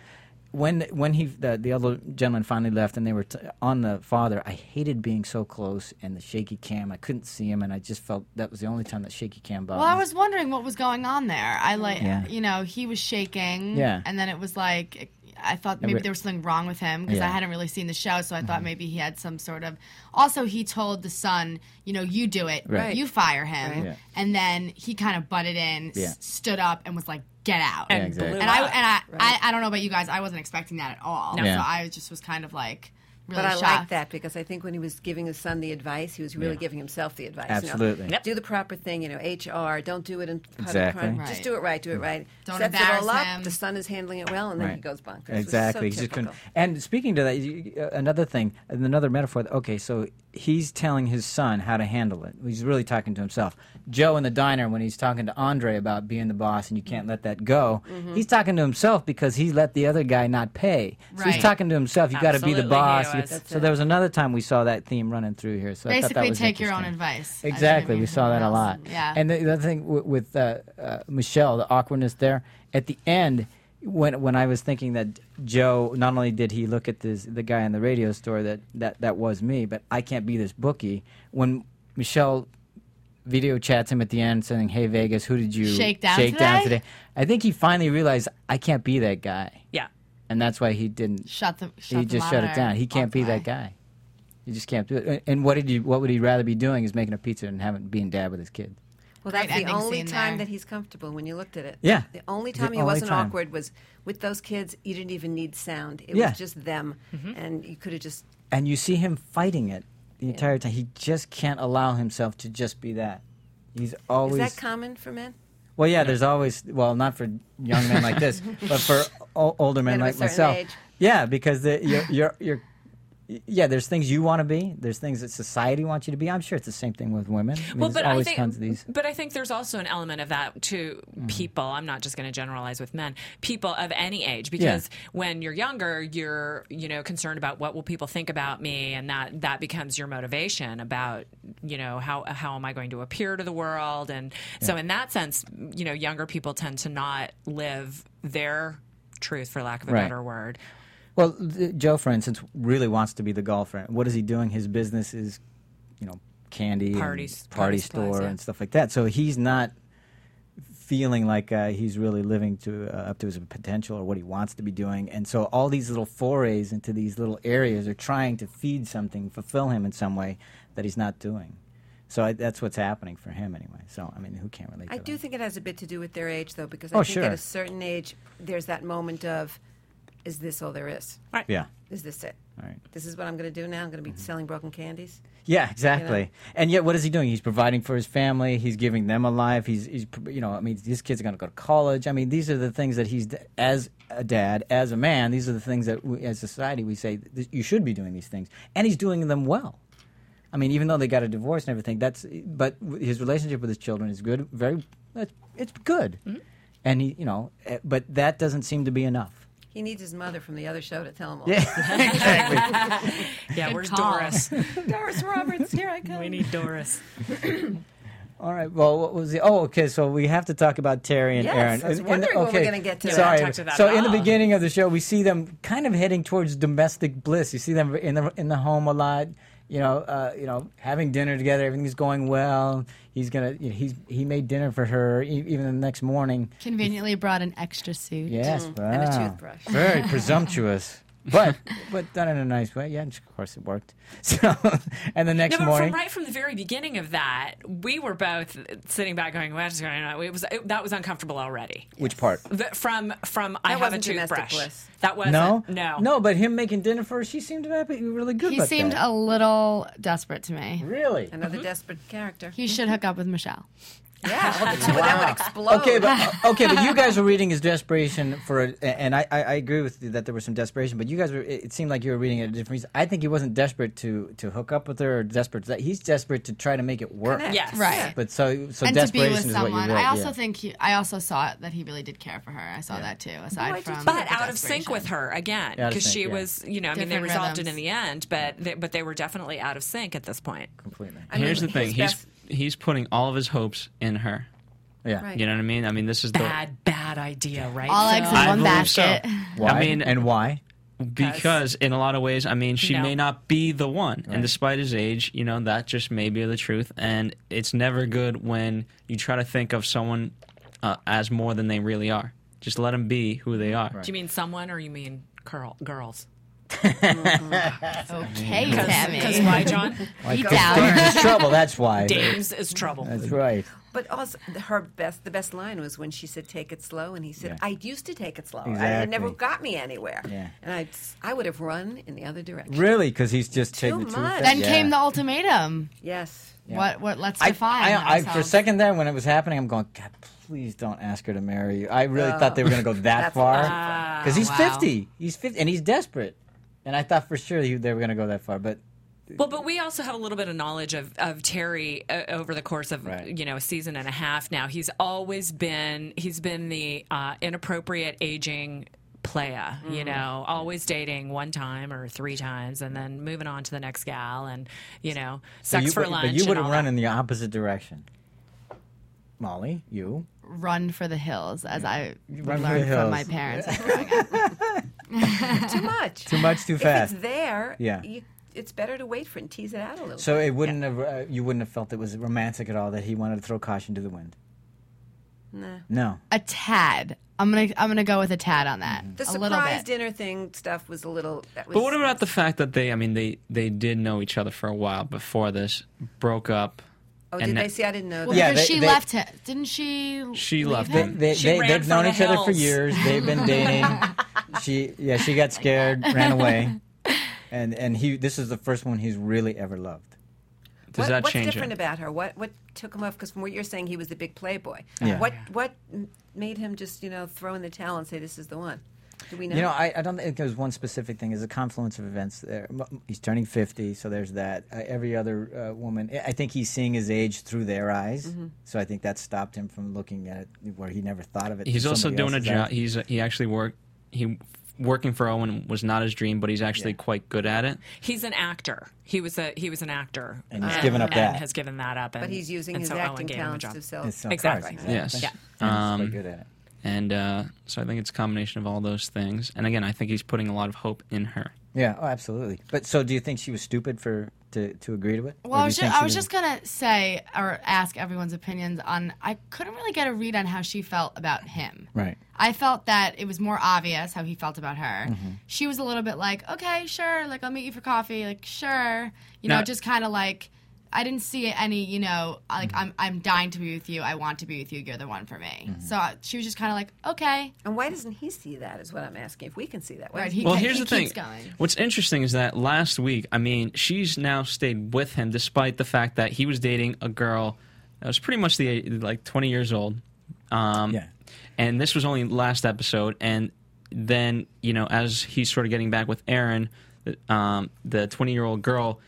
when when he the, the other gentleman finally left and they were t- on the father. I hated being so close and the shaky cam. I couldn't see him, and I just felt that was the only time that shaky cam bothered.
Well, I
me.
was wondering what was going on there. I like,
Yeah.
you know, he was shaking.
Yeah.
And then it was like, I thought
re-
maybe there was something wrong with him because I
Yeah. Mm-hmm.
hadn't really seen the show, so I thought maybe he had some sort of. Also, he told the son, you know, you do it,
Right.
you fire him,
Yeah.
and then he kind of butted in,
Yeah.
s- stood up, and was like, get out.
And
exactly.
blew
and I
up.
and I, I I don't know about you guys, I wasn't expecting that at all.
Yeah.
So I just was kind of like really
but I
shocked.
like that because I think when he was giving his son the advice, he was really giving himself the advice. you know.
Absolutely. Yep.
Do the proper thing, you know, HR. Don't do it in public.
Exactly. Mm.
front.
Right.
Just do it right. Do it right.
Don't
Sets
embarrass
it all up.
him.
The son is handling it well, and then
Right.
he goes bonkers. It was
Exactly.
So
He's just couldn't-
typical.
and speaking to that, you- uh, another thing, and another metaphor. Okay, so he's telling his son how to handle it. He's really talking to himself. Joe in the diner, when he's talking to Andre about being the boss and you can't let that go, he's talking to himself because he let the other guy not pay. So
Right.
he's talking to himself. You got to be the
Absolutely, he
boss. You-
was. That's
so there was another time we saw that theme running through here. So I thought that
Basically,
was
take your own
interesting.
advice. as
Exactly,
you
we
would
saw that a
anyone else.
lot.
Yeah.
And the, the other thing w- with uh, uh, Michelle, the awkwardness there at the end, when when I was thinking that Joe, not only did he look at this the guy in the radio store that that that was me, but I can't be this bookie. When Michelle video chats him at the end, saying, "Hey Vegas, who did you
Shake down
shake down
today?"
today?" I think he finally realized I can't be that guy,
Yeah.
and that's why he didn't.
shut the. Shut
he
the
just shut it
monitor
down. He
off
can't
the
be that
mic.
guy. He just can't do it. And- And what did you? What would he rather be doing? Is making a pizza and having being dad with his kid.
Well,
Great
that's the
ending
only
scene
time
there.
that he's comfortable. When you looked at it,
Yeah.
the only
The
time he
only
wasn't
time.
awkward was with those kids. You didn't even need sound. It
Yeah.
was just them,
Mm-hmm.
and you could have just
And you see him fighting it the entire time. He just can't allow himself to just be that. He's
Is
always
that common for men?
well. Yeah, there's always well, not for young men like this, but for o- older men
Men of a
like
certain
myself.
age.
Yeah, because the, you're, you're you're yeah. There's things you want to be. There's things that society wants you to be. I'm sure it's the same thing with women. I mean,
Well,
there's
but I
always
think,
tons of these.
but I think there's also an element of that to people. I'm not just going to generalize with men. People of any age, because when you're younger, you're you know concerned about what will people think about me, and that that becomes your motivation about you know how how am I going to appear to the world, and so in that sense, you know, younger people tend to not live their truth, for lack of a
Right.
better word.
Well, th- Joe, for instance, really wants to be the golfer. What is he doing? His business is, you know, candy, and
Parties-
party
party
store,
supplies, yeah.
and stuff like that. So he's not feeling like uh, he's really living to uh, up to his potential or what he wants to be doing. And so all these little forays into these little areas are trying to feed something, fulfill him in some way that he's not doing. So I, that's what's happening for him anyway. So I mean, who can't relate?
I
to
do
that?
think it has a bit to do with their age, though, because I
Oh,
think
sure.
at a certain age, there's that moment of, is this all there is?
Yeah.
Is this it?
All right. Mm-hmm.
This is what I'm going to do now. I'm going to be selling broken candies.
Yeah, exactly. And yet, what is he doing? He's providing for his family. He's giving them a life. He's, he's pr- you know, I mean, these kids are going to go to college. I mean, these are the things that he's, d- as a dad, as a man, these are the things that we, as society we say "Th- you should be doing these things, and he's doing them well. I mean, even though they got a divorce and everything, that's but w- his relationship with his children is good. Very, it's it's good, and he, you know, eh, but that doesn't seem to be enough.
He needs his mother from the other show to tell him all.
Yeah,
Good
where's
call.
Doris?
Doris Roberts, here I come.
we need Doris.
All right. Well, what was the? Oh, okay. So we have to talk about Terry and
Yes,
Aaron.
I
And-
was
and-
wondering when we're gonna get to that.
Sorry.
Yeah, talk to that
so
at
in the
all.
beginning of the show, we see them kind of heading towards domestic bliss. You see them in the in the home a lot. You know, uh, you know, having dinner together. Everything's going well. He's gonna. You know, he's he made dinner for her e- even the next morning.
Conveniently brought an extra suit.
Yes. Wow.
Mm, And a toothbrush.
Very presumptuous. But but done in a nice way. Yeah. Of course it worked. So and the next
No, but
morning.
from right from the very beginning of that, we were both sitting back going, "What's going on?" It was it, that was uncomfortable already.
Which part?
The, from from I have a
wasn't domestic
toothbrush.
bliss.
That wasn't
No,
no
no. But him making dinner for her, she seemed happy, really good.
He
about
seemed
that.
a little desperate to me.
really.
Another
Mm-hmm.
desperate character.
He should hook up with Michelle.
yeah, well, the two of them would explode.
Okay, but okay, but you guys were reading his desperation for, a, and I, I I agree with you that there was some desperation, but you guys were. It it seemed like you were reading it a different reason. I think he wasn't desperate to to hook up with her or desperate. To that. He's desperate to try to make it work.
Connect.
Yes.
Right.
But so so
and to be
desperation
with
is what
someone.
you read.
I also
yeah.
think he, I also saw that he really did care for her. I saw that too. Aside
I do
from
too.
But out of sync
desperation.
with her again
Out of
because
sync,
she
yeah.
was, you know, I mean, they
Different
resolved it
rhythms.
in the end, but they, but they were definitely out of sync at this point.
completely.
I mean,
Here's the
his
thing. He's
best-
he's putting all of his hopes in her.
Yeah.
Right.
You know what I mean? I mean, this is the
Bad, bad idea, right?
All
Phil?
eggs in
I
one
believe so.
basket.
Why?
I mean,
and why?
because in a lot of ways, I mean, she
No.
may not be the one. And despite his age, you know, that just may be the truth. And it's never good when you try to think of someone uh, as more than they really are. Just let them be who they are.
Do you mean someone or you mean curl, girls?
Okay,
Because
Tammy.
why, John?
Beat
Dames
down.
is trouble. That's why.
Dames is trouble.
That's right.
But also, the- her best the best line was when she said, "Take it slow," and he said,
Yeah.
"I used to take it slow. I- it
Exactly.
never got me anywhere."
Yeah.
And I, I would have run in the other direction.
Really, because he's just taking the truth.
much.
out.
Then
Yeah.
came the ultimatum.
Yes.
What? What? Let's
I,
define.
I, I, for a
ourselves.
second there, when it was happening, I'm going, God, please don't ask her to marry you. I really thought they were
Oh,
going to go that
That's a lot
far
of
because he's
Wow.
50. He's 50, and he's desperate. And I thought for sure he, they were going to go that far, but
Well, but we also have a little bit of knowledge of, of Terry uh, over the course of
Right.
you know a season and a half now. He's always been he's been the uh, inappropriate aging playa,
Mm.
you know, always dating one time or three times and then moving on to the next gal and you know sex
you,
for
but-
lunch.
but you
would
would have run in the opposite direction. Molly, you
run for the hills, as I
Run
learned
for the
from my
hills.
parents growing up.
Too much.
too much, too
If
fast.
it's there,
Yeah.
you, it's better to wait for it and tease it out a little.
So it wouldn't have uh, you wouldn't have felt it was romantic at all that he wanted to throw caution to the wind.
Nah.
No,
A tad. I'm gonna I'm gonna go with a tad on that.
the
a little
surprise
bit.
dinner thing stuff was a little. That was,
But what about the fact that they? I mean, they they did know each other for a while before this, broke up.
Oh,
and
did
that-
they see? I didn't know.
well,
that.
Yeah,
because
they-
she
they-
left him, didn't she?
She
leave
left
they,
him?
they,
Um, She
they,
ran
they've
for
known
the
each other for
hills.
years. They've been dating. she yeah, she got scared, ran away, and and he. This is the first one he's really ever loved.
Does
What-
that
what's
change
different
it?
about her? What what took him off? Because from what you're saying, he was the big playboy.
Yeah.
What what m- made him just you know throw in the towel and say this is the one? Do we know?
You know, I, I don't think there's one specific thing. There's a confluence of events. There, M- m- he's turning 50, so there's that. Uh, every other uh, woman, I- I think he's seeing his age through their eyes.
Mm-hmm.
So I think that stopped him from looking at it where he never thought of it.
He's
through
also
somebody
doing a
else's
job.
eyes.
He's he actually worked. He working for Owen was not his dream, but he's actually quite good at it.
He's an actor. He was a he was an actor.
And he's given up
Uh, and
that.
has given that up. And,
but he's using
and
his
so Owen
acting
gave him a
talents
job.
to sell.
It's not
Exactly.
cars,
Yes.
Yeah.
And he's
Um,
quite good at it.
And uh, so I think it's a combination of all those things. And again, I think he's putting a lot of hope in her.
Yeah, oh, absolutely. But so, do you think she was stupid for to, to agree to it? Or
Well, I
do
was,
you
just,
think she
I was just gonna say or ask everyone's opinions on. I couldn't really get a read on how she felt about him.
Right.
I felt that it was more obvious how he felt about her.
Mm-hmm.
She was a little bit like, okay, sure, like I'll meet you for coffee, like sure, you
Now-
know, just kind of like I didn't see any, you know, like I'm I'm dying to be with you. I want to be with you. You're the one for me.
Mm-hmm.
So I, she was just kind of like, okay,
And why doesn't he see that? Is what I'm asking. If we can see that, why
right.
doesn't
He,
Well,
ke-
here's
he
the thing.
keeps going.
What's interesting is that last week, I mean, she's now stayed with him despite the fact that he was dating a girl that was pretty much the like 20 years old. Um,
Yeah.
And this was only last episode, and then you know, as he's sort of getting back with Aaron, um, the 20 year old girl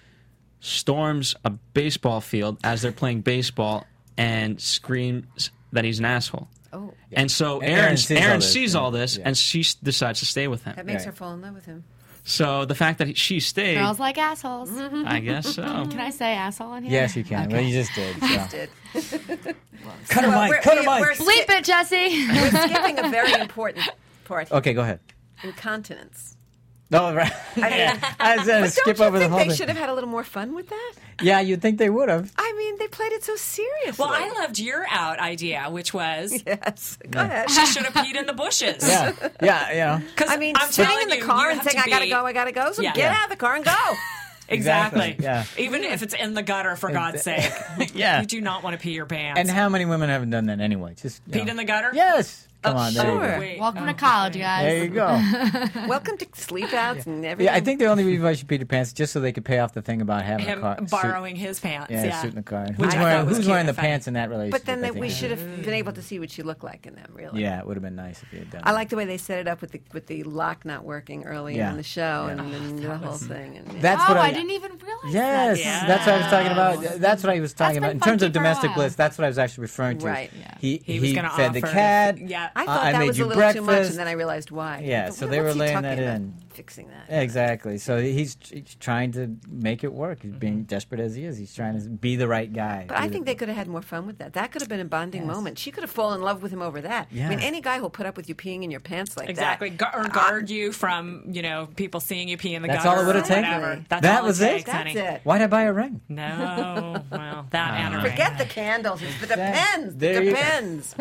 storms a baseball field as they're playing baseball and screams that he's an asshole. Oh. And so
And
Aaron, Aaron sees all this,
yeah.
and she s- decides to stay with him.
that makes
Right.
her fall in love with him?
So the fact that he- she stayed,
Girls like assholes.
Mm-hmm.
Can
I guess so.
I say asshole in here?
Yes, you can. Well, you just did. So.
Did.
Cut her
Well,
mic.
we're-
Cut her
we're-
mic.
we're-
Bleep it, Jesse.
We're skipping a very important part. here,
Okay, go ahead.
Incontinence.
No, right. I was gonna
But
skip
don't
over the
you think
whole
they
thing.
should have had a little more fun with that?
Yeah, you'd think they would have.
I mean, they played it so seriously.
well, I loved your out idea, which was
yes. Go ahead.
she should have peed in the bushes.
Yeah, yeah, you know.
Because
I mean,
I'm
sitting
telling
in the
you,
car
you
and
have
saying,
to
"I gotta
be-
go, I gotta go." So
Yeah.
get out of the car and go.
Exactly.
Exactly, yeah.
Even if it's in the gutter, for God's sake.
Yeah.
You do not want to pee your pants.
And how many women haven't done that anyway? Just you
Peed
know.
in the gutter? Oh,
Yes. Come on,
sure.
there you go.
Wait,
Welcome
oh,
to college, guys.
There you go.
Welcome to sleepouts and everything.
Yeah, I think the only reason why she peed her pants is just so they could pay off the thing about having
Him
a car.
borrowing his pants.
Suit, yeah,
Yeah.
suit in the car. And
Which
Who's
I
wearing,
thought was
who's
cute
wearing the
and funny.
pants in that relationship?
But then
I
they,
think
we
it is.
should have been able to see what she looked like in them, really.
Yeah, it would have been nice if you had done.
I like the way they set it up with the with the lock not working early
Yeah.
on in the show
Oh,
and, then the whole thing. And
that. That's
oh,
what I,
I, didn't even realize.
Yes,
that.
that's what I was talking about. That's what I was talking
That's
about
been
in terms
funky
of
for a
domestic
while.
bliss. That's what I was actually referring to.
Right.
He
He was gonna
fed the
offer to-
cat.
yeah.
I thought
uh, I
that
made
was
you
a little too much,
breakfast.
and then I realized why.
Yeah,
I thought,
so
"What-
they were
what's he
laying that
talking about
in.
fixing that.
Exactly. So he's, he's trying to make it work. He's being desperate as he is. He's trying to be the right guy.
But I
Be the-
think they could have had more fun with that. That could have been a bonding moment. She could have fallen in love with him over that. I mean,
Yeah.
any guy who'll put up with you peeing in your pants like
Exactly.
that.
Gu- or guard you from, you know, people seeing you pee in the
That's
gutter.
all it would've
or
taken.
whatever. That's
That
all
was
it
it?
takes,
That's
honey.
it.
Why did I buy a ring?
No. Well, that and a ring.
Forget the candles. It depends.
There
It
you-
depends.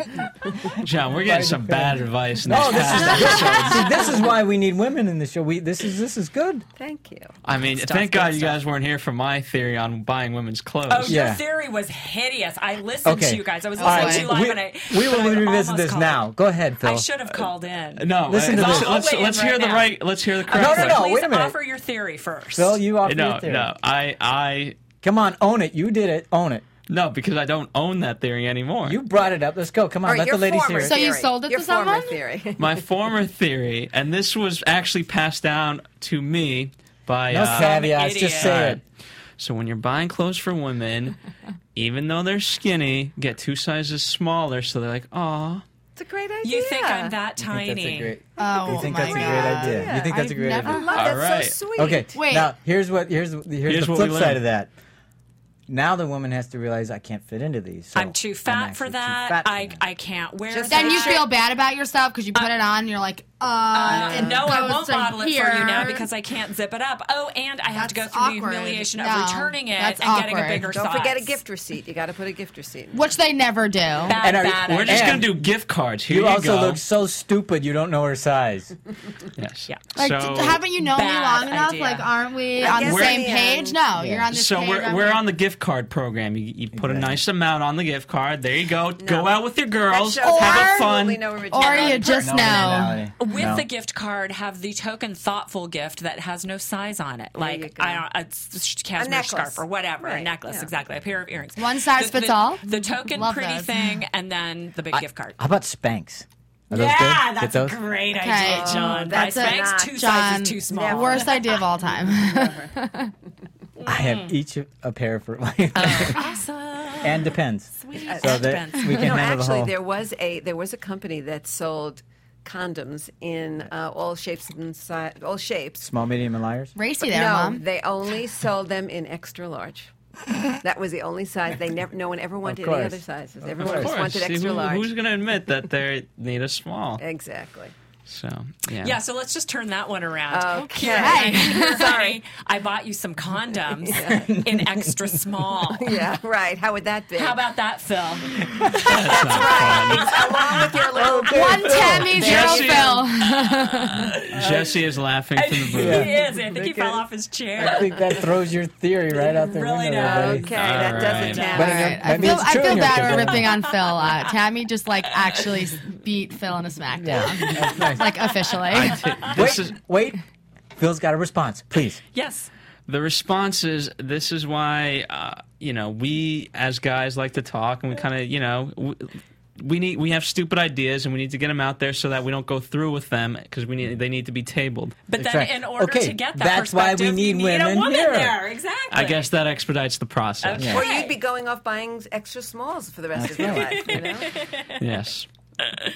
John, we're getting given some bad advice. in
Oh,
these
this is
past episodes.
See, this is why we need women in the show. We this is this is good.
Thank you.
I mean,
stuff,
thank
good
God you
stuff.
guys weren't here for my theory on buying women's clothes.
Oh,
Yeah.
your theory was hideous. I listened
Okay.
to you guys. I was
All
listening
right.
to you live,
we,
and I
we will
and I
revisit
almost
this
called.
now. Go ahead, Phil.
I should have called in.
No,
Listen to
let's,
this.
let's,
I'll weigh
let's
in
hear
right
the
now.
right. Let's hear the correct.
No, no,
way.
no.
Please
wait a minute.
offer your theory first.
Phil, you off
No,
your theory.
no. I, I,
Come on, own it. You did it. Own it.
no, because I don't own that theory anymore.
You brought it up. Let's go. Come on,
All right,
let
your
the ladies hear
former
it.
So you
theory.
sold it
your
to
former
someone?
Theory.
my former theory, and this was actually passed down to me by.
no
uh,
caveats. Just
idiot.
say
Alright.
it.
So when you're buying clothes for women, even though they're skinny, get two sizes smaller, so they're like, "Aw."
It's a great idea.
You think I'm that tiny?
Oh,
You think
my
that's a great
God.
idea? You think that's a
I've
great
never-
idea?
I love
All right.
that's so sweet.
Okay.
Wait.
Now here's what here's here's,
Here's
the
what we
flip side
learned.
of that. Now the woman has to realize I can't fit into these. so
I'm too fat
actually
for
too
that.
fat for
I
that.
I can't wear
Just
that.
Then you feel bad about yourself because you put it on and you're like, uh,
Uh, no, I won't bottle it for you now because I
I.
can't zip it up. Oh, and I have to go
That's
through
awkward.
the humiliation of
No,
returning it and
that's
getting a
awkward.
bigger
Don't
size.
forget a gift receipt. You got to put a gift receipt. in.
Which they never do.
Bad,
And are-
bad
We're just
idea.
gonna do gift cards. Here
You
you,
also
go.
look so stupid. You don't know her size.
yes.
Yeah.
Like,
so,
d- haven't you known me
bad
long enough?
idea.
Like, aren't we
I
on the
guess
same
in the
page?
end-
No, you're on this
So
page.
we're, we're on the gift card program. You, you put a nice amount on the gift card. There you go. Go out with your girls.
That shows
Have a
absolutely
fun.
no
Or
originality.
you just know.
with
No.
the gift card have the token thoughtful gift that has no size on it
you
like
go.
i don't a s- sh- cashmere
necklace.
scarf or whatever a
Right,
necklace
yeah.
exactly a pair of earrings
One size
The-
fits
the-
all?
the token
Love
pretty
those.
thing and then the big gift card
How about Spanx? Are those good?
yeah
Get
that's
those?
a great
Okay.
idea john
Oh, that's
My
a
Spanx,
knock,
two
John,
sizes too small
never.
worst idea of all time.
I have each a, a pair for
Oh. awesome
and depends. So
And
that
depends.
we can
no,
handle the
actually,
whole.
there was a there was a company that sold condoms in uh, all shapes and size, all shapes.
Small, medium, and liars.
Racy there,
no,
mom.
they only sold them in extra large. That was the only size. They never. No one ever wanted any
course.
other sizes. Everyone
Of
just
course.
wanted
See,
extra
who-
large.
Who's going to admit that they need a small?
Exactly.
So yeah.
yeah, so let's just turn that one around.
Okay.
Karen, Sorry, I bought you some condoms in extra small.
Yeah. Right. How would that be?
How about that, Phil?
That's not fun.
along with your little
One Tammy, zero Phil.
Jesse. Jesse is laughing from the booth.
He is. I think he fell off his
I
chair.
think that throws your theory right out the
Really
window.
does.
buddy.
Okay,
All
that
right.
doesn't
But
matter.
in your-
Alright, I
maybe
feel,
it's
I
true
feel
in your
bad
favor.
we're ripping on Phil. Uh, Tammy just like actually s- beat Phil in a smackdown,
That's nice.
like officially.
This is
Wait, Phil's got a response. Please.
Yes.
the response is this is why uh, you know we as guys like to talk and we kind of you know we, we need we have stupid ideas and we need to get them out there so that we don't go through with them because we need they need to be tabled.
But then,
Exactly.
in order
Okay,
to get that
that's why we
perspective,
need
you need
women
a woman
here.
there. Exactly.
I guess that expedites the process.
Okay.
Or you'd be going off buying extra smalls for the rest of your life. You know?
Yes.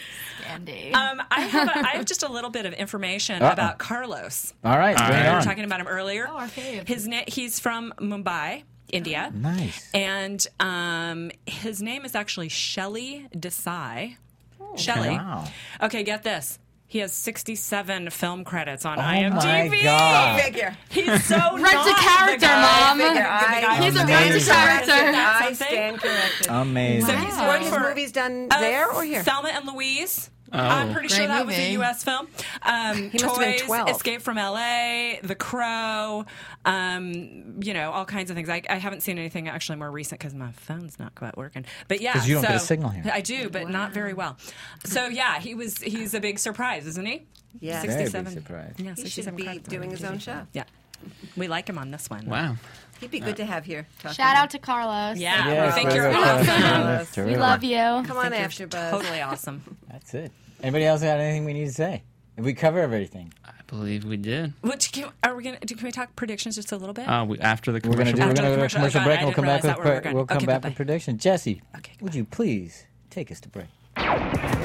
Andy.
Um, I, have a, I have just a little bit of information
Uh-oh.
about Carlos.
All right, bring it
We were
on.
talking about him earlier.
Oh, our fave.
His na- he's from Mumbai, India.
Oh, nice.
And um, his name is actually Shelly Desai. Shelly.
Wow.
Okay, get this. He has 67 film credits on
Oh
IMDb.
my
Uh,
God.
Figure.
He's so
Rent
not
a character,
the guy.
Mom.
Figure. I,
He's a
stand
very
corrected.
character.
I
Something.
stand corrected.
Um,
Amazing.
He's
Wow.
worked
His
for-
movies done
Uh,
there or here?
Thelma and Louise.
Oh.
I'm pretty sure
Great
that was a
movie.
U.S. film. Um,
He must have been
Toys,
12.
Escape from L.A., The Crow, um, you know, all kinds of things. I, I haven't seen anything actually more recent because my phone's not quite working. But yeah,
'Cause you don't
so,
get a signal here.
I do, but not very well. So yeah, he was. He's a big surprise, isn't he?
Yeah.
Very big
67.
surprise.
Yeah,
He
67
should be
credits.
doing his own show.
Yeah, we like him on this one.
Wow.
He'd be good to have here. talking.
Shout out to Carlos.
Yeah,
Yes,
we think you're
very good.
awesome.
That's
We
terrific.
love you.
Come on,
You're
after Buzz.
Totally awesome.
That's it. Anybody else got anything we need to say? Did we cover everything?
I believe we did.
Which can, are we gonna? do- Can we talk predictions just a little bit?
Uh, we, after the
We're gonna
commercial
do. We're
After
gonna go to
the
commercial
commercial.
break, and
Oh,
we'll come
God, I
back with
didn't realize
pre-
that
we'll come
we're
back
going.
with prediction. Jesse,
Okay,
would you please take us to break?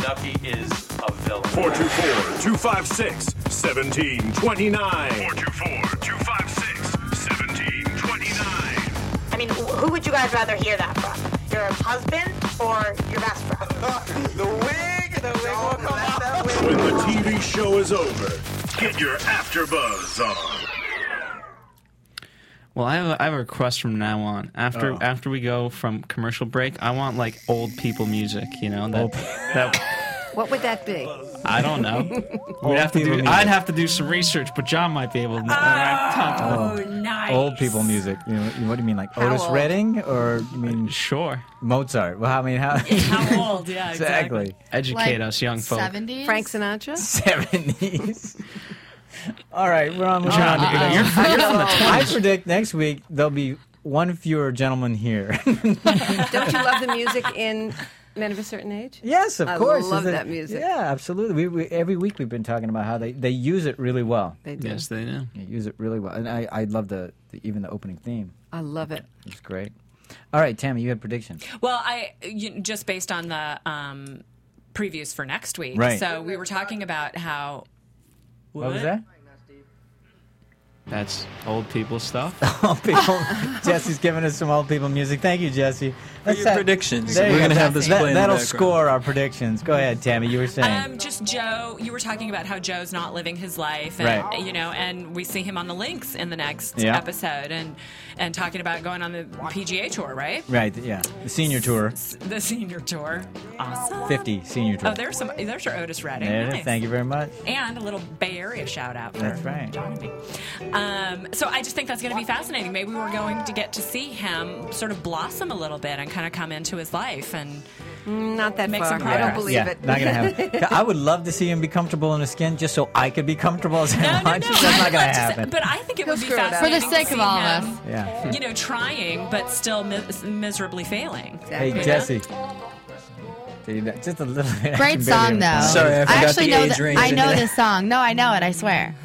Ducky is a villain.
424 256 1729.
424-256-1729.
I mean, wh- who would you guys rather hear that from? Your husband or your best friend? the wig. The wig will come out.
When the TV show is over, get your AfterBuzz on.
Well, I have, a, I have a request from now on. After
Oh.
after we go from commercial break, I want like old people music. You know that that
What would that be?
I don't know. We'd
Old
have to
people
do.
music.
I'd have to do some research, but John might be able to.
Oh,
nice.
Old people music. You know, what do you mean, like
How
Otis
old?
Redding, or you mean
sure
Mozart? Well, I mean, how
How old? Yeah,
exactly?
Educate us, young folk.
Seventies.
Frank Sinatra.
Seventies. All right, we're on.
John,
we're on-
you're-
I-
you're on the
I predict next week there'll be one fewer gentleman here.
Don't you love the music in Men of a Certain Age?
yes, of
I
course.
I love
Is it-
that music.
Yeah, absolutely. We, we, every week we've been talking about how they, they use it really well.
They do. Yes,
they do.
They use it really well, and I, I love the, the even the opening theme.
I love it.
It's great. All right, Tammy, you had predictions.
Well, I you, just based on the um, previews for next week.
Right.
So we were talking about how.
What, was that?
That's old people stuff.
Old people. Jesse's giving us some old people music. Thank you, Jesse. That's
your
that-
predictions.
There
We're
you go.
gonna have this
That-
play in the
That'll
background.
score our predictions. Go ahead, Tammy. You were saying.
Um, just Joe. You were talking about how Joe's not living his life, and
Right.
you know, and we see him on the links in the next
Yeah.
episode, and and talking about going on the PGA tour, right?
right. Yeah. The senior tour.
The senior tour. Awesome.
Fifty senior tour.
Oh, there's some. There's your Otis Redding.
There it is.
nice.
Thank you very much.
And a little Bay Area shout out. For
That's right.
John and me. Um, so I just think that's going to be fascinating. Maybe we're going to get to see him sort of blossom a little bit and kind of come into his life and
Mm, not that
make
far.
some
I
progress.
don't believe
yeah,
it.
not gonna happen. I would love to see him be comfortable in his skin, just so I could be comfortable as I watch. it. That's not gonna happen.
But I think it would be
screw it up.
fascinating
For the sake
to
of
see
all
him,
of
Yeah.
You know, trying but still mis- miserably failing.
Hey,
You know?
Jesse. Did you- Just a little. bit.
Great song though.
Sorry, I forgot
actually
the
know
age
th-
range
I
in
know
there.
this song. No, I know it. I swear.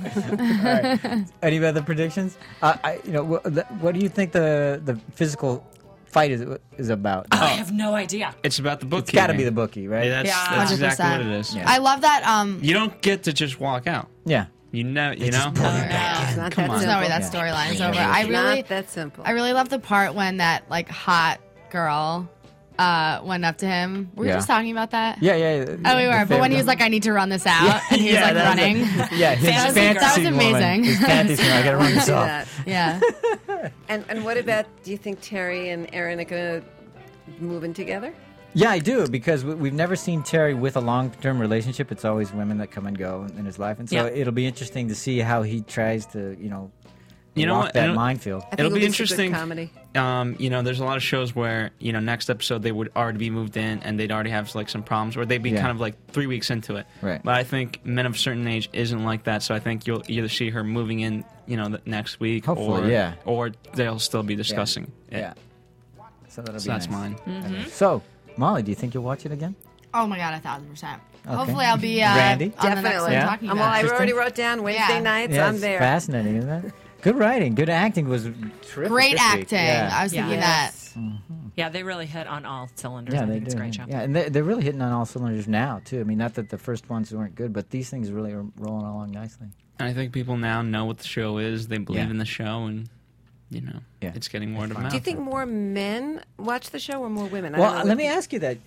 Any other predictions? Uh, I, you know, what, what do you think the the physical fight is is about?
Oh,
I have no idea.
It's about the bookie.
It's got to be the bookie, right?
Yeah, that's, that's exactly what it is.
I love that. Um,
You don't get to just walk out.
Yeah.
You know. You
It's
know.
not
Come
that
on.
there's no way that
simple.
storyline is
Yeah.
over. I
It's
really,
not that simple.
I really love the part when that like hot girl uh, went up to him. Were we
Yeah.
just talking about that?
yeah, yeah.
Oh, we were. But when he was like, "I need to run this out," and he was like
that was
running.
it. yeah, his
That was- that was
fantasy woman.
amazing.
His fantasy woman. I gotta run this
Do
off.
that.
Yeah.
And and what about? Do you think Terry and Aaron are going to move in together?
Yeah, I do because we- we've never seen Terry with a long-term relationship. It's always women that come and go in his life, and so
Yeah.
it'll be interesting to see how he tries to, you know,
You know
walk
what?
that
It'll-
minefield.
I think
It'll be
some good
interesting.
comedy.
Um, you know, there's a lot of shows where you know next episode they would already be moved in and they'd already have like some problems, or they'd be
Yeah.
kind of like three weeks into it.
Right.
But I think Men of a Certain Age isn't like that, so I think you'll either see her moving in, you know, the next week,
Hopefully,
or
yeah.
or they'll still be discussing. it.
Yeah. So that'll
So
be
that's
nice.
mine.
So, Molly, do you think you'll watch it again?
Oh my god, a thousand percent.
Okay.
Hopefully, I'll be uh,
Randy?
on the next one
Definitely. Yeah.
talking
I'm all,
about.
I
it.
already wrote down Wednesday
Yeah.
nights.
yeah,
I'm
it's
there.
fascinating, isn't it? Good writing, good acting was terrific.
Great
this week.
acting.
Yeah.
I was
Yeah.
thinking
Yes. Yeah, they really hit on all cylinders.
Yeah,
I
they
think it's a
do,
great
yeah.
show.
Yeah, and they're, they're really hitting on all cylinders now too. I mean, not that the first ones weren't good, but these things really are rolling along nicely.
And I think people now know what the show is. They believe
Yeah.
in the show, and you know, it's getting word of mouth.
Do you think more men watch the show or more women? I
Well,
don't know.
let me ask you that.